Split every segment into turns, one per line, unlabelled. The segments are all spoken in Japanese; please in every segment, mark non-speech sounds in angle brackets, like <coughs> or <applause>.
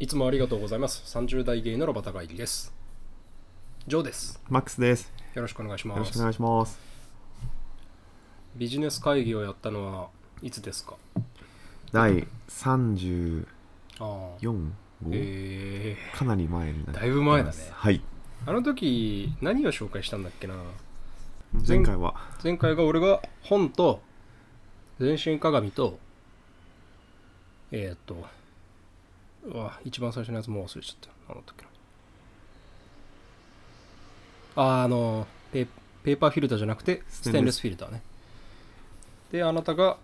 いつもありがとうございます。30代ゲイのロバタガイリです。ジョーです。
マックスです。
よろしくお願いし
よろ
ま
しく
す。
お願いします。
ビジネス会議をやったのはいつですか
第34
ああ。
号、
えー、
かなり前になります
だいぶ前だね
はい。
あの時、何を紹介したんだっけな前
前回は、
前回が俺が本と、全身鏡と、えー、っと、うわ、一番最初のやつもう忘れちゃった。何だったっけな。あー、あの、ペペーパーフィルターじゃなくて、ス
ス
テ
テ
ン
ン
レ
レ
ス
ス
フィルターね。で、あなたが、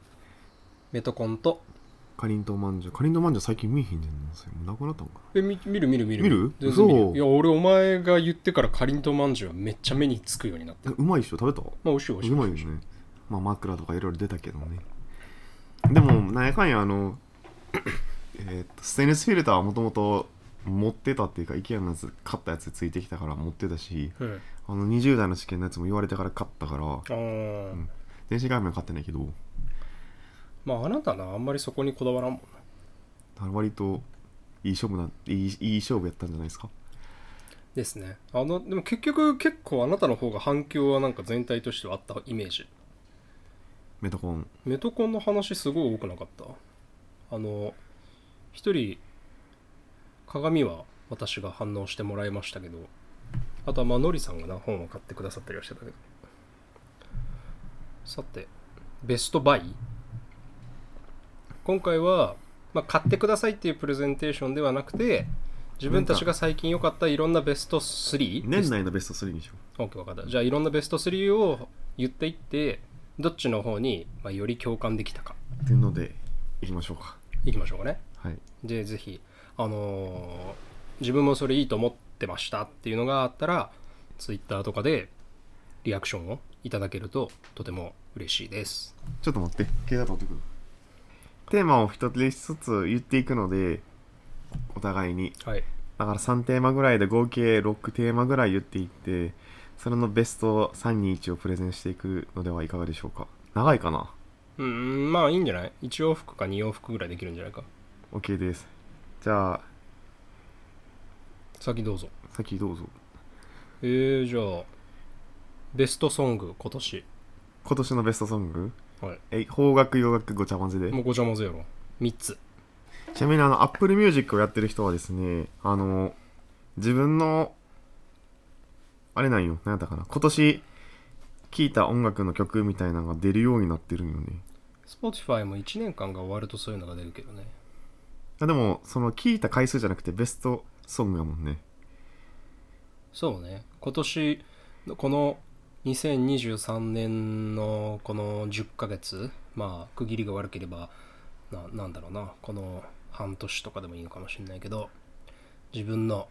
メトコンと、
かりんとうまんじゅう。かりんとうまんじゅう最近見えへんねんな。それもうなくなったのか
え、み見る見る見る。
見る
全然見る
嘘
いや、俺、お前が言ってからかりんとうまんじゅうはめっちゃ目につくようになって
な。え
る。
うまいっしょ食べた。
まあ、おいしいおいしいう
まいよね。まあ枕とかいろいろ出たけどね。でも、なんやかんや、あの、 <coughs> えーっと、ステンレスフィルターはもともと持ってたっていうか、IKEA のやつ、買ったやつついてきたから持ってたし、
うん。
あの20代の試験のやつも言われてから買ったから、
あー
ん電子画面は買ってないけど、
まあ、あなたな、あんまりそこにこだわらんもんな。
あの割といい勝負ないいいい勝負やったんじゃないですか
ですねあのでも結局結構あなたの方が反響はなんか全体としてはあったイメージ
メタコン
メトコンの話すごい多くなかったあの一人鏡は私が反応してもらいましたけどあとはまあノリさんがな本を買ってくださったりはしてたけどさてベストバイ今回は、まあ、買ってくださいっていうプレゼンテーションではなくて自分たちが最近良かったいろんなベスト3
年内のベスト3にしよ
OK 分かったじゃあいろんなベスト3を言っていってどっちの方に、まあ、より共感できたか
うっていうのでいきましょうか
いきましょうかね
はい
でぜひあのー自分もそれいいと思ってましたっていうのがあったら Twitter とかでリアクションをいただけるととても嬉しいです
ちょっと待って携帯取ってくるテーマを一つずつ言っていくのでお互いに
はい
だから3テーマぐらいで合計6テーマぐらい言っていってそれのベスト321をプレゼンしていくのではいかがでしょうか長いかな
うーんまあいいんじゃない1往復か2往復ぐらいできるんじゃないか
OK ですじゃあ
先どうぞ
先どうぞ
えー、じゃあベストソング今年
今年のベストソング
はい
え邦楽洋楽ごちゃ混ぜで
もうごちゃ混ぜやろ3つ
ちなみにあの Apple Music をやってる人はですねあの自分のあれなんよ何やったかな今年聴いた音楽の曲みたいなのが出るようになってるんよね
Spotify も1年間が終わるとそういうのが出るけどね
あでもその聴いた回数じゃなくてベストソングやもんね
そうね今年のこの2023年のこの10ヶ月まあ区切りが悪ければななんだろうなこの半年とかでもいいのかもしれないけど自分の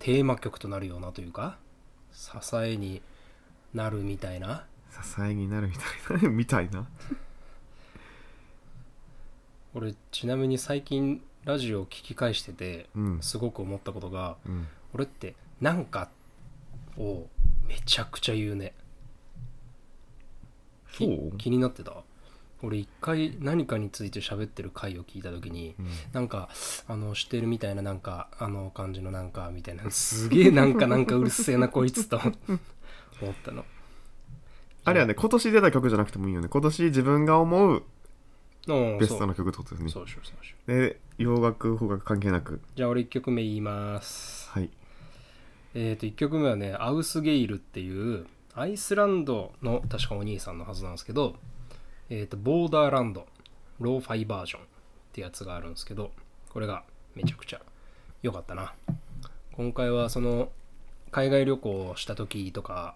テーマ曲となるようなというか支えになるみたいな
支えになるみたいな <laughs> みたいな
俺ちなみに最近ラジオを聞き返してて
うん
すごく思ったことが
うん
俺って「なんか」をめちゃくちゃ言うね
そう、うん
気になってた俺一回何かについて喋ってる回を聞いた時に、なんかあのしてるみたいななんかあの感じのなんかみた
<laughs>
いなすげえなんかなんかうるせえなこいつと <laughs> 思ったの
あれはね今年出た曲じゃなくてもいいよね今年自分が思う
うん
ベスト
そう
な曲ってことです
そ
ね
うしようそうしよ
で洋楽邦楽関係なく
うじゃあ俺1曲目言います
はい
えっ、と1曲目はねアウスゲイルっていうアイスランドの確かお兄さんのはずなんですけど、えー、とボーダーランドローファイバージョンってやつがあるんですけどこれがめちゃくちゃ良かったな今回はその海外旅行をした時とか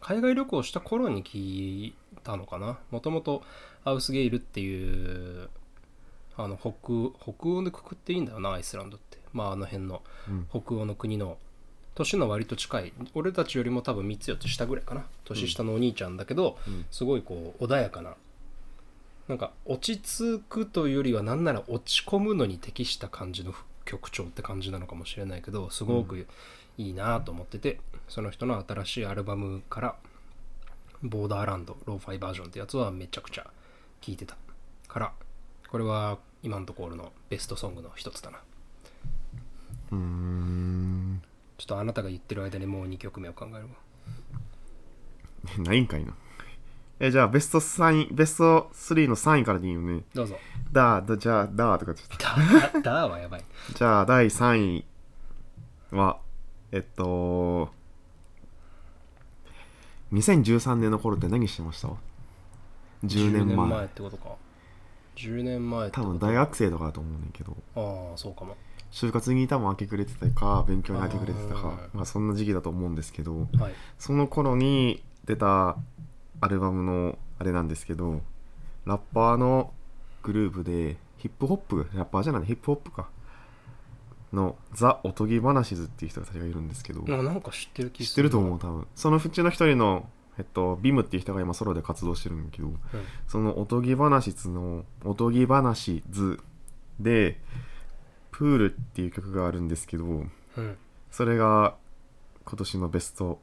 海外旅行した頃に聞いたのかなもともとアウスゲイルっていうあの北欧北欧でくくっていいんだよなアイスランドってまああの辺の
うん
北欧の国の年の割と近い俺たちよりも多分3つ4つ下ぐらいかな年下のお兄ちゃんだけど、
うん
すごいこう穏やかななんか落ち着くというよりはなんなら落ち込むのに適した感じの曲調って感じなのかもしれないけどすごくいいなと思ってて、その人の新しいアルバムから「ボーダーランドローファイバージョン」ってやつはめちゃくちゃ聴いてたからこれは今のところのベストソングの一つだな
うーん
ちょっとあなたが言ってる間にもう2曲目を考えるわ
<laughs> ないんかいなえじゃあベスト3ベスト3の3位からでいいよね
どうぞ
だだじゃあだとかちょっ
だだだは
<laughs>
やばい
とじゃあ第3位はえっと2013年の頃って何してました10年前
ってことか10年前って
多
こと
分大学生とかだと思うねんけど
ああそうかも
就活に多分明け暮れてたか勉強に明け暮れてたか
あー
まあ、そんな時期だと思うんですけど
はい
その頃に出たアルバムのあれなんですけどラッパーのグループでヒップホップラッパーじゃないヒップホップかのザ・おとぎ話ズっていう人たちがいるんですけど
ななんか知ってる気
知っ
す
て
る
ると思う多分そのうちの一人のえっと、ビムっていう人が今ソロで活動してるんだけど、そのおとぎ話図のおとぎ話図でプールっていう曲があるんですけど
うん、うん、
それが今年のベスト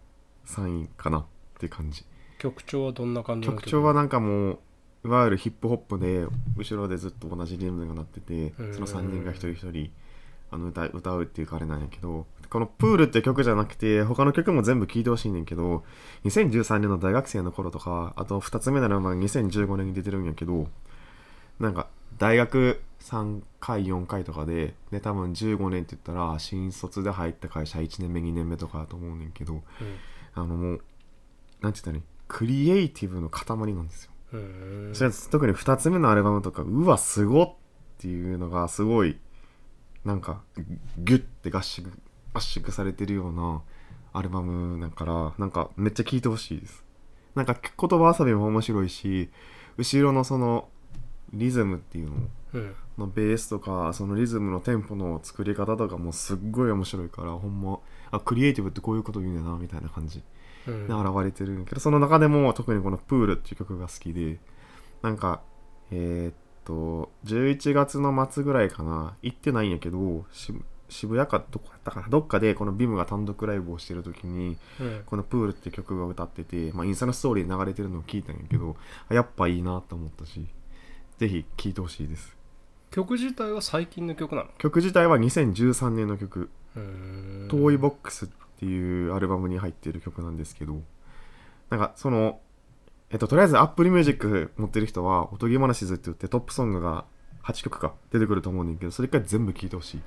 3位かなって感じ
曲調はどんな感じの
曲調はなんかもういわゆるヒップホップで後ろでずっと同じリズムが鳴ってて
うん
その3人が一人一人あの歌う歌うっていうかあれなんやけどこの「プール」って曲じゃなくて他の曲も全部聴いてほしいねんけど2013年の大学生の頃とかあと2つ目のアルバムが2015年に出てるんやけどなんか大学3回4回とかでで多分15年って言ったら新卒で入った会社1年目2年目とかだと思うねんけどあのもうなんて言ったらいいクリエイティブの塊なんですよ
うんうん
それは特に2つ目のアルバムとかうわすごっっていうのがすごいなんかギュッて合宿圧縮されてるようなアルバムだからなんかめっちゃ聴いてほしいですなんか言葉遊びも面白いし後ろのそのリズムっていうの
うん
のベースとかそのリズムのテンポの作り方とかもすっごい面白いからほんまあクリエイティブってこういうこと言うんだなみたいな感じ
うん
で現れてるんやけどその中でも特にこの「プール」っていう曲が好きでなんかえーっと11月の末ぐらいかな行ってないんやけどし渋谷かどこやったかなどっかでこのビムが単独ライブをしてる時に
うん
この「プール」って曲が歌ってて、まあ、インスタのストーリーに流れてるのを聞いたんやけどあやっぱいいなと思ったしぜひ聴いてほしいです
曲自体は最近の曲なの
曲自体は2013年の曲
うん
「遠いボックス」っていうアルバムに入っている曲なんですけどなんかそのえっととりあえず Apple Music 持ってる人は「おとぎ話ズ」って言ってトップソングが8曲か出てくると思うねんだけどそれ一回全部聴いてほしい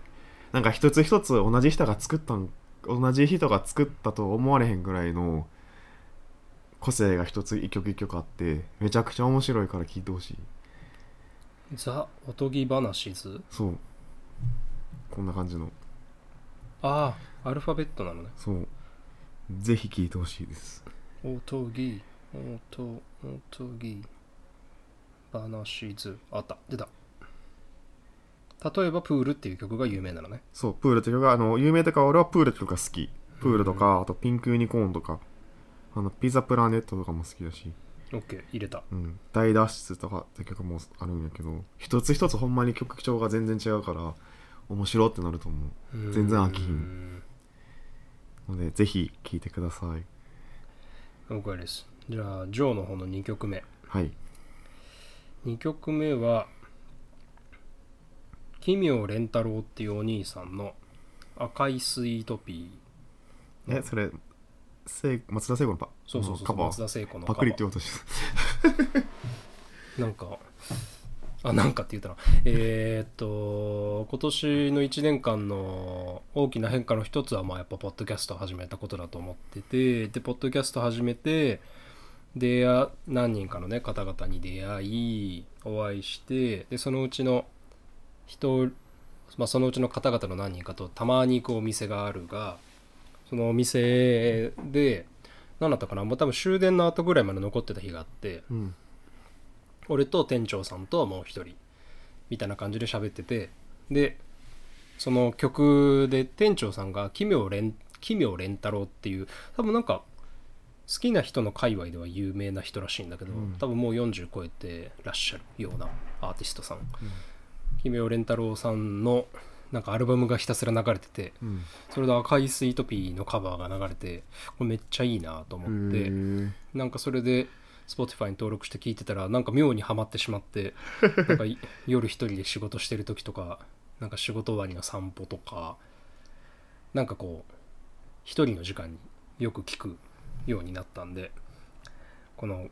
なんか一つ一つ同じ人が作ったん同じ人が作ったと思われへんぐらいの個性が一つ一曲一曲あってめちゃくちゃ面白いから聴いてほしい
ザ・おとぎ話図
そうこんな感じの
ああアルファベットなのね
そうぜひ聴いてほしいです
おとぎおとおとぎ話図あった出た例えばプールっていう曲が有名なのね
そう、プールって曲が、あの、有名とか、俺はプールとか好き。プールとか、あとピンクユニコーンとか、あの、ピザプラネットとかも好きだし、
OK 入れた
うん、大脱出とかって曲もあるんやけど、一つ一つほんまに曲調が全然違うから、面白ってなると思全然飽きひん
うん
う。ので、ぜひ聴いてください。
OK ですじゃあジョーの方の2曲目
はい。
2曲目は奇妙蓮太郎っていうお兄さんの赤いスイートピー
え、それ、せい松田聖子のパ
そうそうそう
カバ
松
ー。
田聖子のカ
パク
バ
リって
ー
言おうとしてた。
なんかあなんかって言ったなえーっと今年の1年間の大きな変化の一つはまあやっぱポッドキャストを始めたことだと思っててでポッドキャスト始めてであ何人かの、ね、方々に出会いお会いしてでそのうちの人、まあ、そのうちの方々の何人かとたまに行くお店があるがそのお店で何だったかなもう多分終電の後ぐらいまで残ってた日があって
うん。
俺と店長さんともう一人みたいな感じで喋っててでその曲で店長さんが奇妙連「奇妙連太郎」っていう多分なんか好きな人の界隈では有名な人らしいんだけど、
うん
多分もう40超えてらっしゃるようなアーティストさん、奇妙連太郎さんのなんかアルバムがひたすら流れてて
うん。
それで「赤いスイートピー」のカバーが流れてこれめっちゃいいなと思って。
へ
なんかそれで Spotify に登録して聞いてたらなんか妙にはまってしまってなんかい夜一人で仕事してる時とかなんか仕事終わりの散歩とかなんかこう一人の時間によく聞くようになったんでこの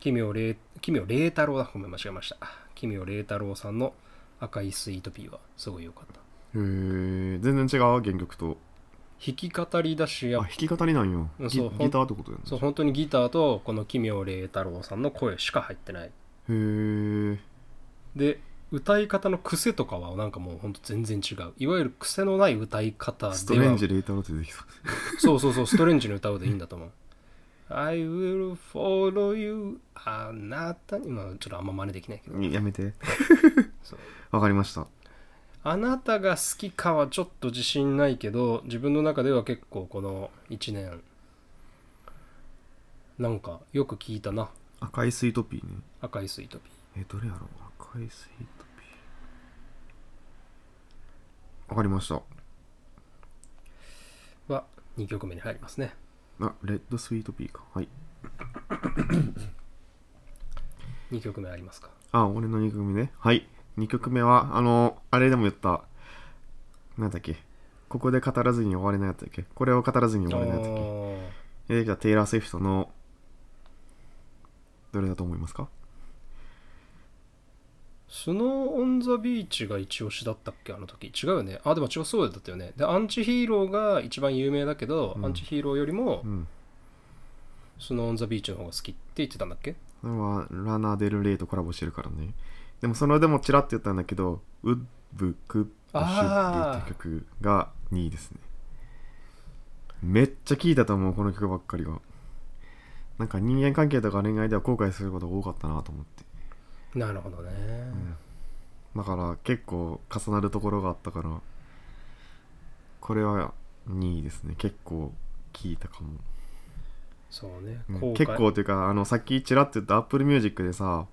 奇妙麗奇妙麗太郎だごめん間違えました奇妙麗太郎さんの「赤いスイートピー」はすごい良かった
へえ全然違う原曲と
弾き語りだしや
あ
っ
弾き語りなんよ
うん
ギ
そう
ギターってことや
そう本当にギターとこの奇妙麗太郎さんの声しか入ってない
なへえ
で歌い方の癖とかはなんかもうほんと全然違ういわゆる癖のない歌い方では
ストレンジレーターのって出てきた
そうそうそうストレンジの歌うでいいんだと思う I will follow you あなたにまあちょっとあんま真似できないけど
やめて
そう
わかりました
あなたが好きかはちょっと自信ないけど自分の中では結構この1年なんかよく聞いたな
赤いスイートピーね
赤いスイートピー
えどれやろう赤いスイートピーわかりました
は2曲目に入りますね
あレッドスイートピーかはい
2曲目ありますか
あ俺の2曲目ねはい2曲目はあのあれでも言ったなんだっけここで語らずに終われないやつだっけこれを語らずに終われないやつだっけ
おー
出てきたテイラー・スウィフトのどれだと思いますか
スノー・オン・ザ・ビーチが一押しだったっけあの時違うよねあでも違うそうだったよねでアンチヒーローが一番有名だけど、
うん
アンチヒーローよりも、
うん
スノー・オン・ザ・ビーチの方が好きって言ってたんだっけ
それはラナ・デル・レイとコラボしてるからねでもそのでもチラッと言ったんだけどウッブ・クップ・シュッブって曲が2位ですねめっちゃ聴いたと思うこの曲ばっかりがなんか人間関係とか恋愛では後悔することが多かったなと思って
なるほどね、
だから結構重なるところがあったからこれは2位ですね結構聴いたかも
そうね
うん
後悔
結構というかあのさっきちらっと言った Apple Music でさ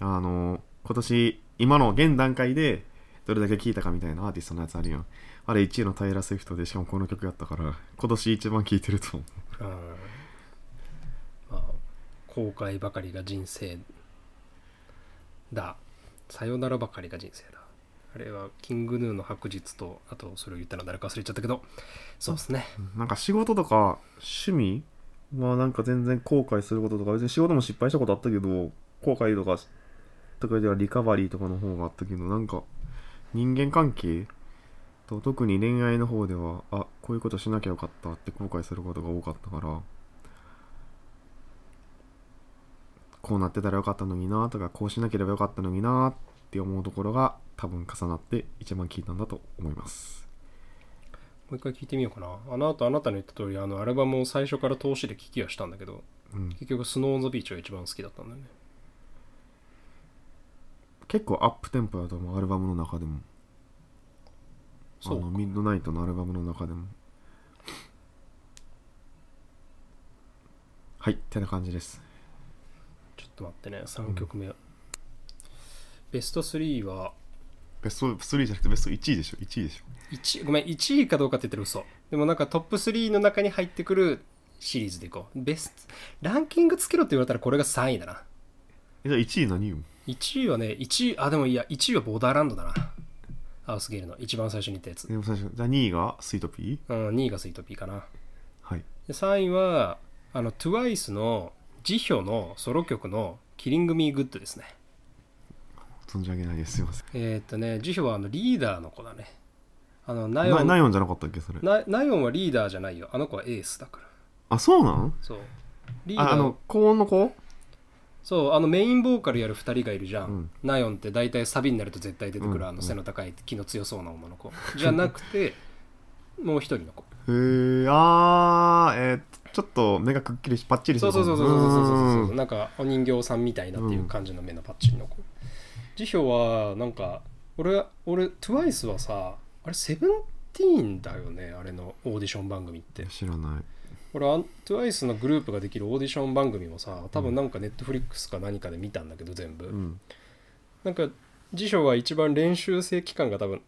あの今年今の現段階でどれだけ聴いたかみたいなアーティストのやつあるよあれ1位のタイラー・スウィフトでしかもこの曲やったから今年一番聴いてると思う
うんまあ後悔ばかりが人生ださよならばかりが人生だあれはキングヌーの白日とあとそれを言ったの誰か忘れちゃったけどそうですね
なんか仕事とか趣味はなんか全然後悔することとか別に仕事も失敗したことあったけど後悔とかとかではリカバリーとかの方があったけどなんか人間関係と特に恋愛の方ではあこういうことしなきゃよかったって後悔することが多かったからこうなってたらよかったのになとかこうしなければよかったのになって思うところが多分重なって一番効いたんだと思います
もう一回聞いてみようかなあの後あなたの言った通りあのアルバムを最初から通しで聴きはしたんだけど
うん
結局スノー・オン・ザ・ビーチが一番好きだったんだよね
結構アップテンポやと思うアルバムの中でもあ
そ
の
う
ミッドナイトのアルバムの中でもはいってな感じです
ちょっと待ってね3曲目、ベスト3は
ベスト3じゃなくてベスト1位でしょ1位でし
1
ょ
ごめん1位かどうかって言ってる嘘でもなんかトップ3の中に入ってくるシリーズでいこうベストランキングつけろって言われたらこれが3位だな
えじゃあ1位何よ
1位はね1位あでもいや1位はボーダーランドだなアウスゲールの一番最初に言ったやつ、
でも最初じゃあ2位がスイートピー
うん、2位がスイートピーかな
はい
で3位はあの TWICE の辞表のソロ曲の「キリング・ミー・グッド」ですね
存じ上げないですすいません
えーっとね辞表はあのリーダーの子だねあのナヨ
な
ン
ナヨンじゃなかったっけそれ
ナナヨンはリーダーじゃないよあの子はエースだから
あそうなん
そうリーダー
ああの高音の子
そうあのメインボーカルやる2人がいるじゃん、
うん
ナヨンって大体サビになると絶対出てくる、
うん
あの
うん
背の高い気の強そうな女の子じゃなくてもう一人の子
へーあーえーちょっと目がくっきりしパッチリして
そう
る
そうそうそうそうそうそう
ーん
なんかお人形さんみたいなっていう感じの目のパッチリの子辞表はなんか俺俺 TWICE はさあれセブンティーンだよねあれのオーディション番組って
知らない
俺あん TWICE のグループができるオーディション番組もさ多分なんか Netflix か何かで見たんだけど全部、
うん
なんか辞書は一番練習生期間が多分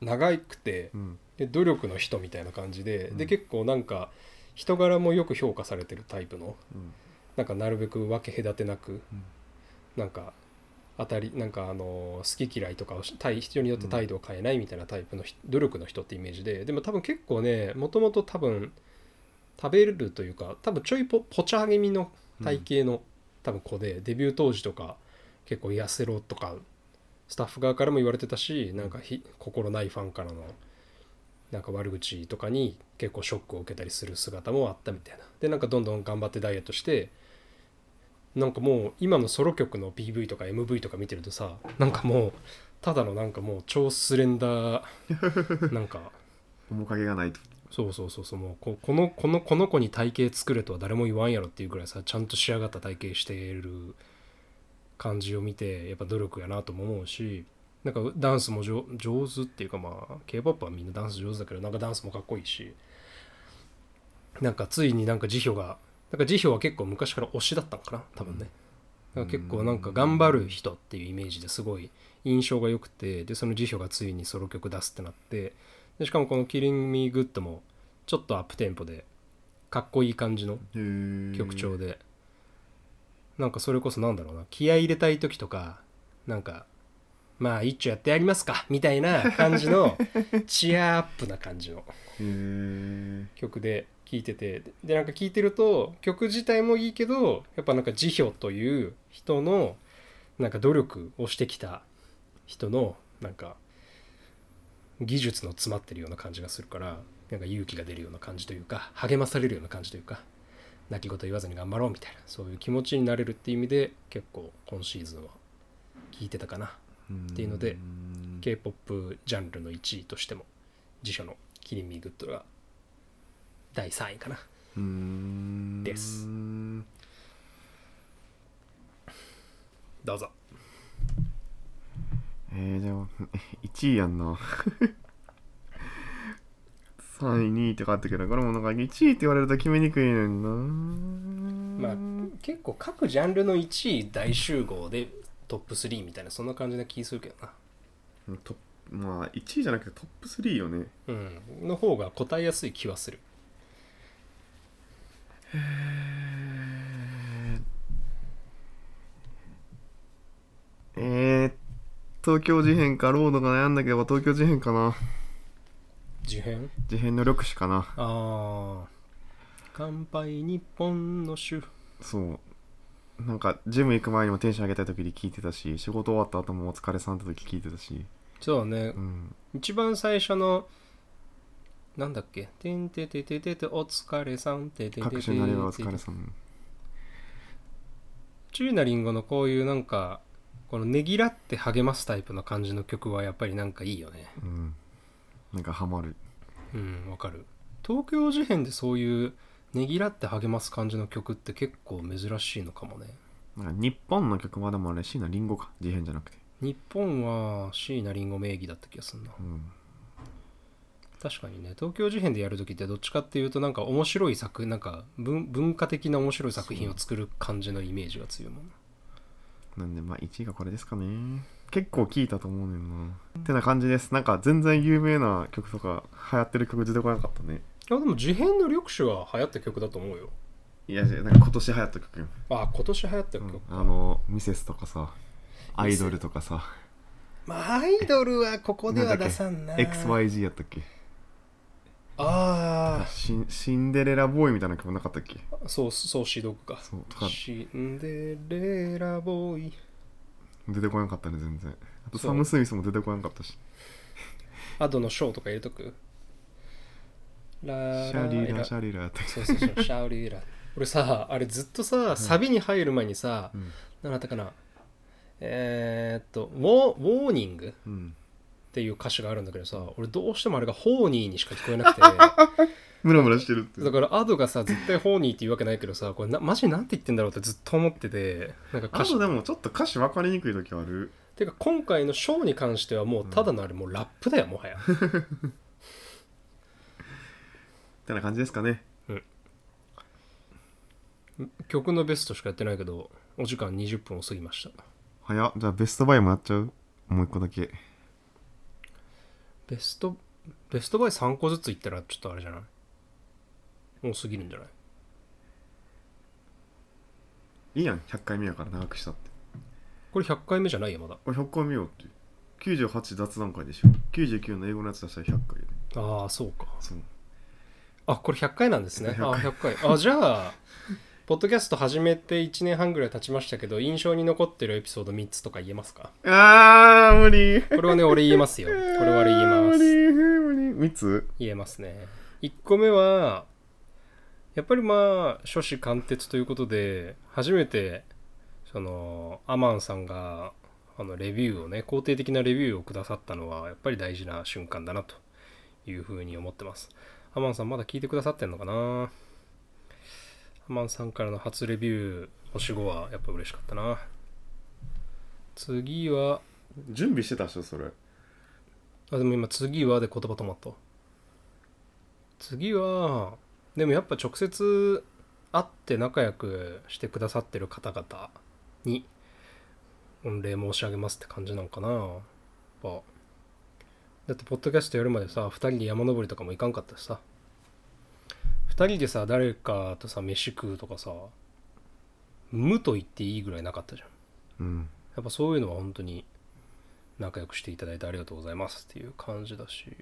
長くて
うん
で努力の人みたいな感じで、
うん
で結構なんか人柄もよく評価されてるタイプの
うん
なんかなるべく分け隔てなく、
うん
なんか当たりなんかあの好き嫌いとかをし対人によって態度を変えないみたいなタイプのひ、努力の人ってイメージででも多分結構ねもともと多分食べるというか多分ちょいぽぽちゃ気味の体型の、多分子でデビュー当時とか結構痩せろとかスタッフ側からも言われてたしなんかひ心ないファンからのなんか悪口とかに結構ショックを受けたりする姿もあったみたいなでなんかどんどん頑張ってダイエットしてなんかもう今のソロ曲の PV とか MV とか見てるとさなんかもうただのなんかもう超スレンダーなんか
面影がないと
そうそうそうそうもうここのこのこの子に体型作れとは誰も言わんやろっていうぐらいさちゃんと仕上がった体型してる感じを見てやっぱ努力やなとも思うしなんかダンスも上上手っていうかまあ k p o p はみんなダンス上手だけどなんかダンスもかっこいいしなんかついになんか辞表がなんか辞表は結構昔から推しだったのかな多分ね、なんか結構なんか頑張る人っていうイメージですごい印象が良くてでその辞表がついにソロ曲出すってなってでしかもこの「キリン・ミー・グッド」もちょっとアップテンポでかっこいい感じの曲調で、なんかそれこそなんだろうな気合い入れたい時とかなんかまあ一丁やってやりますかみたいな感じのチアアップな感じの
へえ
曲で聴いててでなんか聴いてると曲自体もいいけどやっぱなんか辞表という人のなんか努力をしてきた人のなんか技術の詰まってるような感じがするからなんか勇気が出るような感じというか励まされるような感じというか泣き言言わずに頑張ろうみたいなそういう気持ちになれるっていう意味で結構今シーズンは聴いてたかなっていうので k p o p ジャンルの1位としても辞書の「キリン・ミー・グッド」が第3位かなですどうぞ
えー、でも <laughs> 1位やんな <laughs> 3位2位って書いてあったけどこれもなんか1位って言われると決めにくいねんな
まあ結構各ジャンルの1位大集合でトップ3みたいなそんな感じな気するけどな
トップまあ1位じゃなくてトップ3よね
うんの方が答えやすい気はする
えー、東京事変かロードが悩んだけど東京事変かな
事変
事変の緑子かな
ああ乾杯日本の酒
そうなんかジム行く前にもテンション上げたい時に聞いてたし仕事終わった後もお疲れさんって時聞いてたし
そうね
うん
一番最初のなんだっけ「てんてててててお疲れさん」てててて
各種なりはお疲れさん
チューナリンゴのこういうなんかこのねぎらって励ますタイプの感じの曲はやっぱりなんかいいよね
うんなんかハマる
うんわかる東京事変でそういうねぎらって励ます感じの曲って結構珍しいのかもね
なんか日本の曲までもあれ椎名林檎か事変じゃなくて
日本は椎名林檎名義だった気がするな
うん
確かにね東京事変でやる時ってどっちかっていうとなんか面白い作なんか文文化的な面白い作品を作る感じのイメージが強いもんな
なんでまあ1位がこれですかね結構聞いたと思うねんなてな感じですなんか全然有名な曲とか流行ってる曲出てこなかったね
いやでも事変の緑手は流行った曲だと思うよ
いやなんか今年流行った曲よ、
ああ今年流行った
うん
曲、
あのミセスとかさアイドルとかさ
まあアイドルはここでは
なんだっけ
出さんな
XYG やったっけ
あ
シンシンデレラボーイみたいな曲なかったっけ
あそうそうシドッグか
そうとか
シンデレラボーイ
出てこなかったね全然あと
そう
サム・スミスも出てこなかったし
アドのショーとか入れとくラ
シャリ
エ
ラシャリラやったっけ
そうそうそうシャーリー <laughs> ラ俺さあれずっとさサビに入る前にさ、
うん
何だったかなえー、っとウォーウォーニング
うん
っていう歌詞があるんだけどさ俺どうしてもあれがホーニーにしか聞こえなく
<laughs>
て
ムラムラしてるって
だからアドがさ絶対ホーニーって言うわけないけどさこれなマジなんて言ってんだろうってずっと思っててなんか
あ
歌詞
とでもちょっと歌詞分かりにくい時ある
てか今回のショーに関してはもうただのあれもうラップだよもはや
ってな感じですかね
曲のベストしかやってないけどお時間20分を過ぎました
早っじゃあベストバイもやっちゃうもう一個だけ
ベストベストバイ3個ずついったらちょっとあれじゃないもう過ぎるんじゃない
いいやん100回目やから長くしたって
これ100回目じゃないよまだ
あ100回見ようって98雑談会でしょ99の英語のやつ出したら100回で
ああそうか
そう
あこれ100回なんですねあ
100
100回あじゃあポッドキャスト始めて1年半ぐらい経ちましたけど印象に残ってるエピソード3つとか言えますか
あー無理
これはね俺言えますよこれは俺言えま
無
す
理無理3つ
言えますね1個目はやっぱりまあ初子貫徹ということで初めてそのアマンさんがあのレビューをね肯定的なレビューをくださったのはやっぱり大事な瞬間だなというふうに思ってますアマンさんまだ聞いてくださってんのかなアマンさんからの初レビュー星5はやっぱ嬉しかったな次は
準備してたっしょそれ
あでも今次はで言葉止まった次はでもやっぱ直接会って仲良くしてくださってる方々に御礼申し上げますって感じなのかなやっぱだってポッドキャストやるまでさ2人で山登りとかも行かんかったしさ2人でさ誰かとさ飯食うとかさ無と言っていいぐらいなかったじゃん
うん
やっぱそういうのは本当に仲良くしていただいてありがとうございますっていう感じだし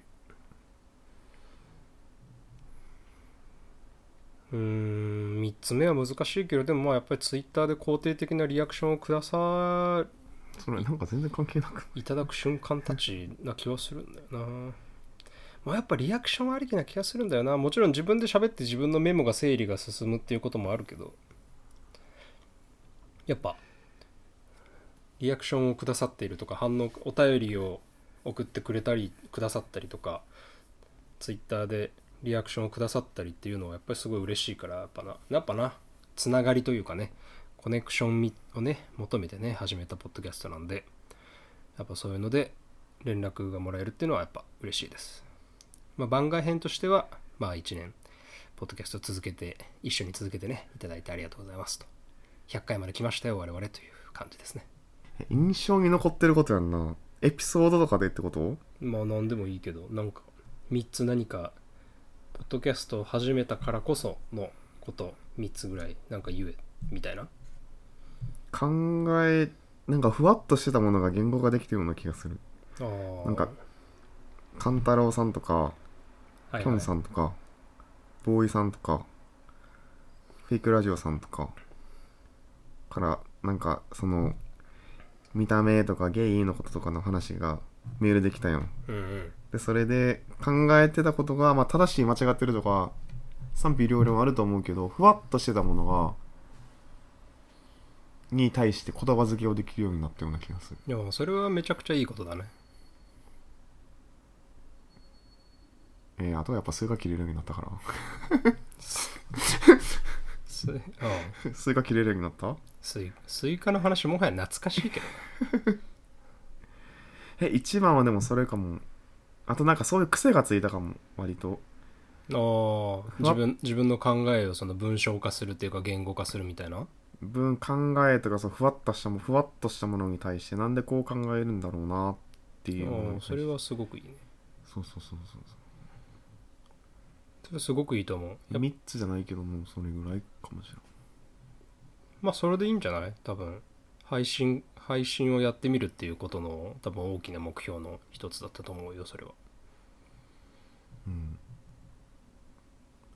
うーん3つ目は難しいけどでもまあやっぱりツイッターで肯定的なリアクションをくださ
それなんか全然関係なく
いただく瞬間たちな気はするんだよなまあやっぱリアクションありきな気がするんだよなもちろん自分で喋って自分のメモが整理が進むっていうこともあるけどやっぱリアクションをくださっているとか反応お便りを送ってくれたりくださったりとかツイッターでリアクションをくださったりっていうのはやっぱりすごい嬉しいからやっぱなやっぱなつながりというかねコネクションみをね求めてね始めたポッドキャストなんでやっぱそういうので連絡がもらえるっていうのはやっぱ嬉しいです、まあ、番外編としてはまあ1年ポッドキャスト続けて一緒に続けてねいただいてありがとうございますと100回まで来ましたよ我々という感じですね
印象に残ってることやんなエピソードとかでってこと
まあ何でもいいけどなんか3つ何かポッドキャストを始めたからこそのこと3つぐらいなんか言えみたいな
考えなんかふわっとしてたものが言語化できてるような気がする
あー
なんか勘太郎さんとか
はいはい
きょんさんとかボーイさんとかフェイクラジオさんとかからなんかその見た目とかゲイのこととかの話がメールできたよ
うんうん
でそれで考えてたことが、まあ、正しい間違ってるとか賛否両論あると思うけどふわっとしてたものがに対して言葉付けをできるようになったような気がする
いやそれはめちゃくちゃいいことだね
えーあとはやっぱ数が切れるようになったから <laughs>
すうん
数が切れるようになった
スイスイカの話もはや懐かしいけど
え一番はでもそれかもあとなんかそういう癖がついたかも割と
ああ
ま
自分自分の考えをその文章化するっていうか言語化するみたいな
分考えとかそうふわっとしたもふわっとしたものに対してなんでこう考えるんだろうなっていうの
あ
に
あそれはすごくいいね
そうそうそうそうそ
それすごくいいと思う
う
やっぱ
3つじゃないけどもうそれぐらいかもしれない
まあそれでいいんじゃない多分配信配信をやってみるっていうことの多分大きな目標の一つだったと思うよそれは
うん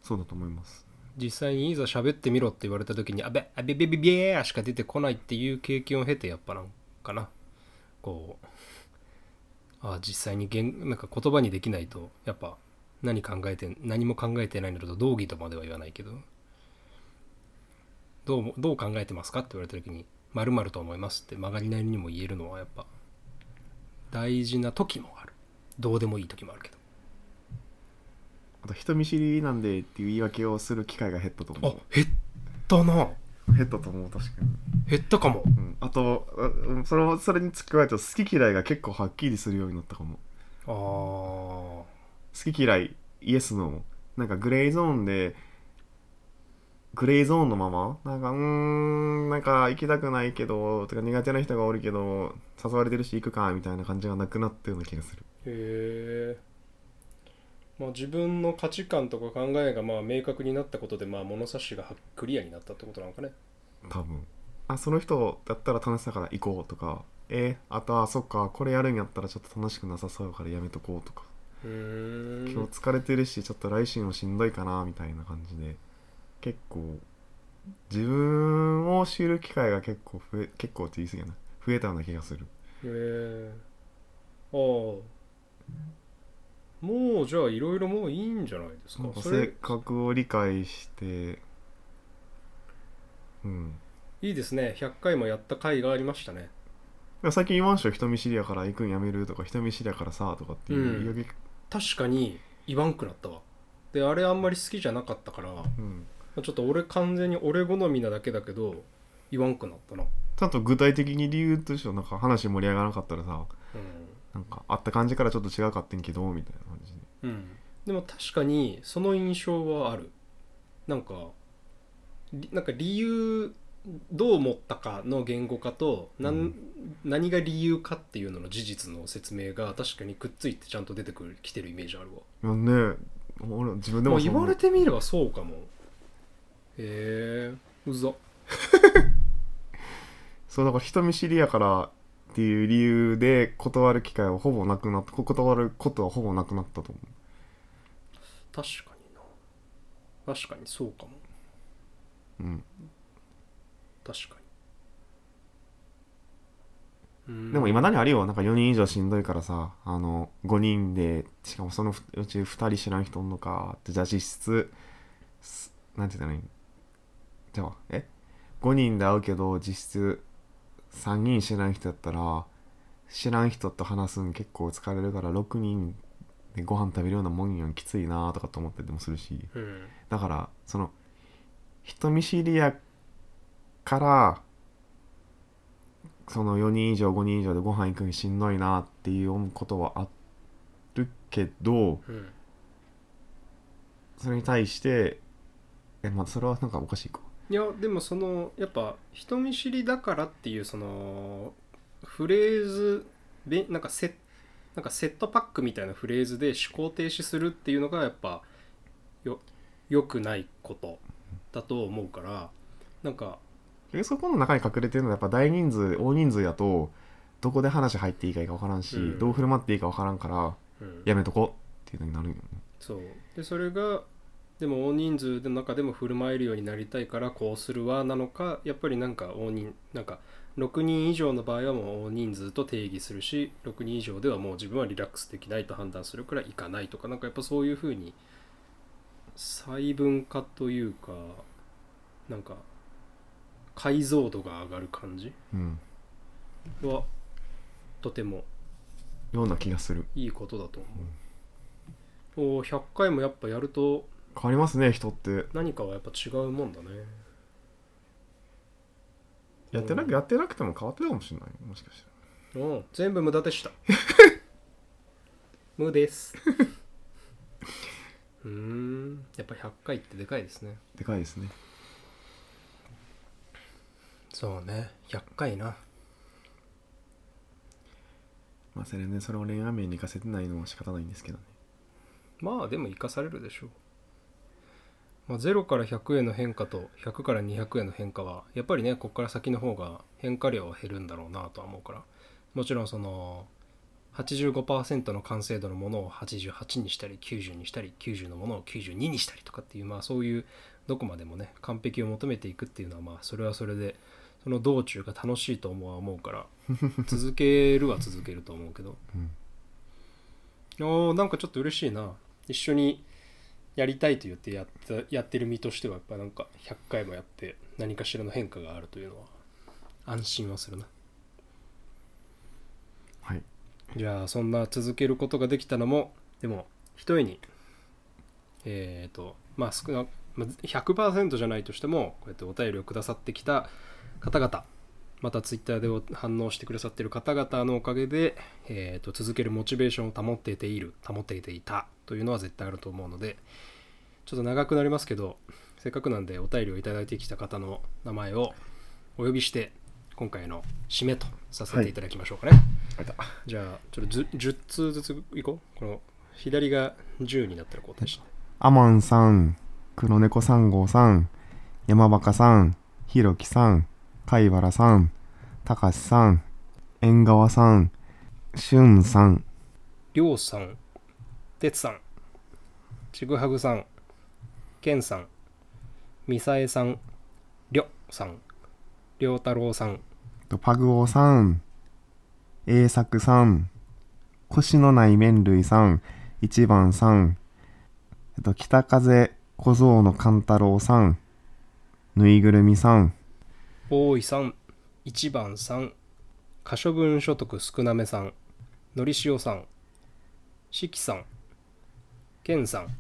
そうだと思います
実際にいざ喋ってみろって言われた時に「あべあべべべべー」しか出てこないっていう経験を経てやっぱなんかなこうああ実際に言なんか言葉にできないとやっぱ何考えて何も考えてないのと道義とまでは言わないけどどうもどう考えてますかって言われた時に「まると思います」って曲がりなりにも言えるのはやっぱ大事な時もあるどうでもいい時もあるけど
あと人見知りなんでっていう言い訳をする機会が減ったと
あ
思
減ったな
う減ったと思う確かに、
減ったかも
うん、あとあうんそれもそれに付き加えると好き嫌いが結構はっきりするようになったかも
ああ
好き嫌いイエスノーなんかグレーゾーンでグレーゾーンのままなんかうーんなんか行きたくないけどとか苦手な人がおるけど誘われてるし行くかみたいな感じがなくなったような気がする
へえまあ自分の価値観とか考えがまあ明確になったことでまあ物差しがはクリアになったってことなのかね
多分あその人だったら楽しさから行こうとかえーあとはそっかこれやるんやったらちょっと楽しくなさそうやからやめとこうとか
うーん
今日疲れてるしちょっと来週もしんどいかなみたいな感じで結構自分を知る機会が結構増え結構って言い過ぎやな増えたような気がする
へえああもうじゃあいろいろもういいんじゃないです
な
か
んか
それ
性格を理解してうん
いいですね100回もやった回がありましたね
でも最近言わんしょ人見知りやから行くんやめるとか人見知りやからさとかっていう言い訳、
確かに言わんくなったわであれあんまり好きじゃなかったから
うん、
ちょっと俺完全に俺好みなだけだけど言わんくなったな
ちゃんと具体的に理由としてはなんか話盛り上がらなかったらさなんかあった感じからちょっと違うかってんけどみたいな感じで
うん、うん、でも確かにその印象はあるなんかりなんか理由どう思ったかの言語化となん、
うん
何が理由かっていうのの事実の説明が確かにくっついてちゃんと出てくるきてるイメージあるわ
いやね俺自分
で
で
も
も
言われ
て
てみればそうかもへえうざ
そうだから人見知りやからっていう理由で断る機会はほぼなくなったこ断ることはほぼなくなったと思
確かにな確かにそうかも
ううん
確かにうん
でもいまだにあるよなんか4人以上しんどいからさあの5人でしかもそのふうち2人知らん人おんのかってじゃあ実質すなんて言ったらいいんじゃあえ5人で会うけど実質3人知らん人やったら知らん人と話すん結構疲れるから6人でご飯食べるようなもんやんきついなとかと思っててもするし
うん
だからその人見知りやからその4人以上5人以上でご飯行くのしんどいなっていう思うことはあるけど
うん
それに対してえまあそれはなんかおかしいか
いやでもそのやっぱ人見知りだからっていうそのフレーズでなんかセなんかセットパックみたいなフレーズで思考停止するっていうのがやっぱよ良くないことだと思うからなんか
でそこの中に隠れてるのはやっぱ大人数大人数やとどこで話入っていいかいいか分からんし、
うん
どう振る舞っていいか分からんから
うん
やめとこうっていうのになるんよね
そうでそれがでも大人数の中でも振る舞えるようになりたいからこうするわなのかやっぱりなんか大人なんか6人以上の場合はもう大人数と定義するし6人以上ではもう自分はリラックスできないと判断するからいかないとかなんかやっぱそういうふうに細分化というかなんか解像度が上がる感じ
うん
はとても
ような気がする
いいことだと思う。おー100回もやっぱやると
変わりますね人って
何かはやっぱ違うもんだね
やってな
うん
くやってなくても変わってるかもしれないもしかしたら
うん全部無駄で <laughs> した無です <laughs> うーんやっぱ100回ってでかいですね
でかいですね
そうね100回な
まあそれねそれを恋愛面に行かせてないのは仕方ないんですけどね
まあでも生かされるでしょう、まあ、0から100への変化と100から200への変化はやっぱりねこっから先の方が変化量は減るんだろうなとは思うからもちろんその85%の完成度のものを88にしたり90にしたり90のものを92にしたりとかっていうまあそういうどこまでもね完璧を求めていくっていうのはまあそれはそれでその道中が楽しいと思うは思うから続けるは続けると思うけどおーなんかちょっと嬉しいな一緒にやりたいと言ってやったやってる身としてはやっぱなんか100回もやって何かしらの変化があるというのは安心はするな
はい
じゃあそんな続けることができたのもでもひとえにえっ、とまあ少なまあ100%じゃないとしてもこうやってお便りをくださってきた方々またツイッターでお反応してくださっている方々のおかげで、えー、と続けるモチベーションを保っていている保っていていたというのは絶対あると思うのでちょっと長くなりますけどせっかくなんでお便りをいただいてきた方の名前をお呼びして今回の締めとさせていただきましょうかね。
あた
じゃあちょっとず10通ずついこうこの左が10になったら交代して
アマンさん黒猫3号さん山バカさんひろきさん貝原さん、たかしさん、縁側さん、しゅんさん、
りょうさん、てつさん、ちぐはぐさん、けんさん、みさえさん、りょさん、りょうたろうさん、
とパグオさん、栄作さん、腰のない麺類さん、一番さん、えっと、北風小僧の勘太郎さん、ぬいぐるみさん、
大井さん、一番さん、可処分所得少なめさん、のりしおさん、しきさん、けんさん、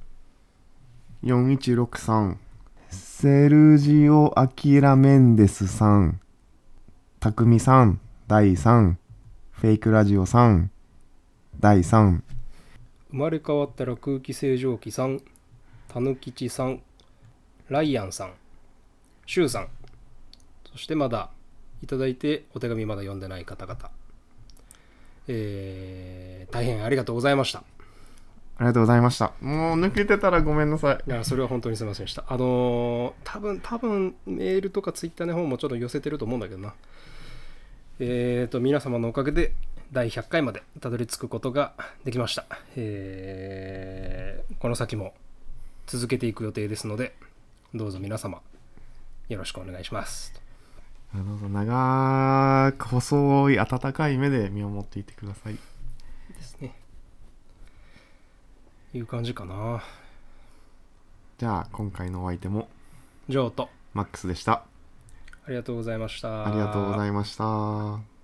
416さん、セルジオ・アキラ・メンデスさん、たくみさん、第3、フェイクラジオさん、第3、
生まれ変わったら空気清浄機さん、たぬきちさん、ライアンさん、しゅうさん、そしてまだいただいてお手紙まだ読んでない方々、えー、大変ありがとうございました。
ありがとうございました。もう抜けてたらごめんなさい。
いやそれは本当にすみませんでした。あのー多分多分メールとかツイッターの方もちょっと寄せてると思うんだけどな。えー、と、皆様のおかげで第100回までたどり着くことができました。えーこの先も続けていく予定ですので、どうぞ皆様、よろしくお願いします。
あどうぞ長く細い温かい目で見守っていてください。
ですね。いう感じかな。
じゃあ今回のお相手も
ジョーと、
マックスでした。
ありがとうございました。
ありがとうございました。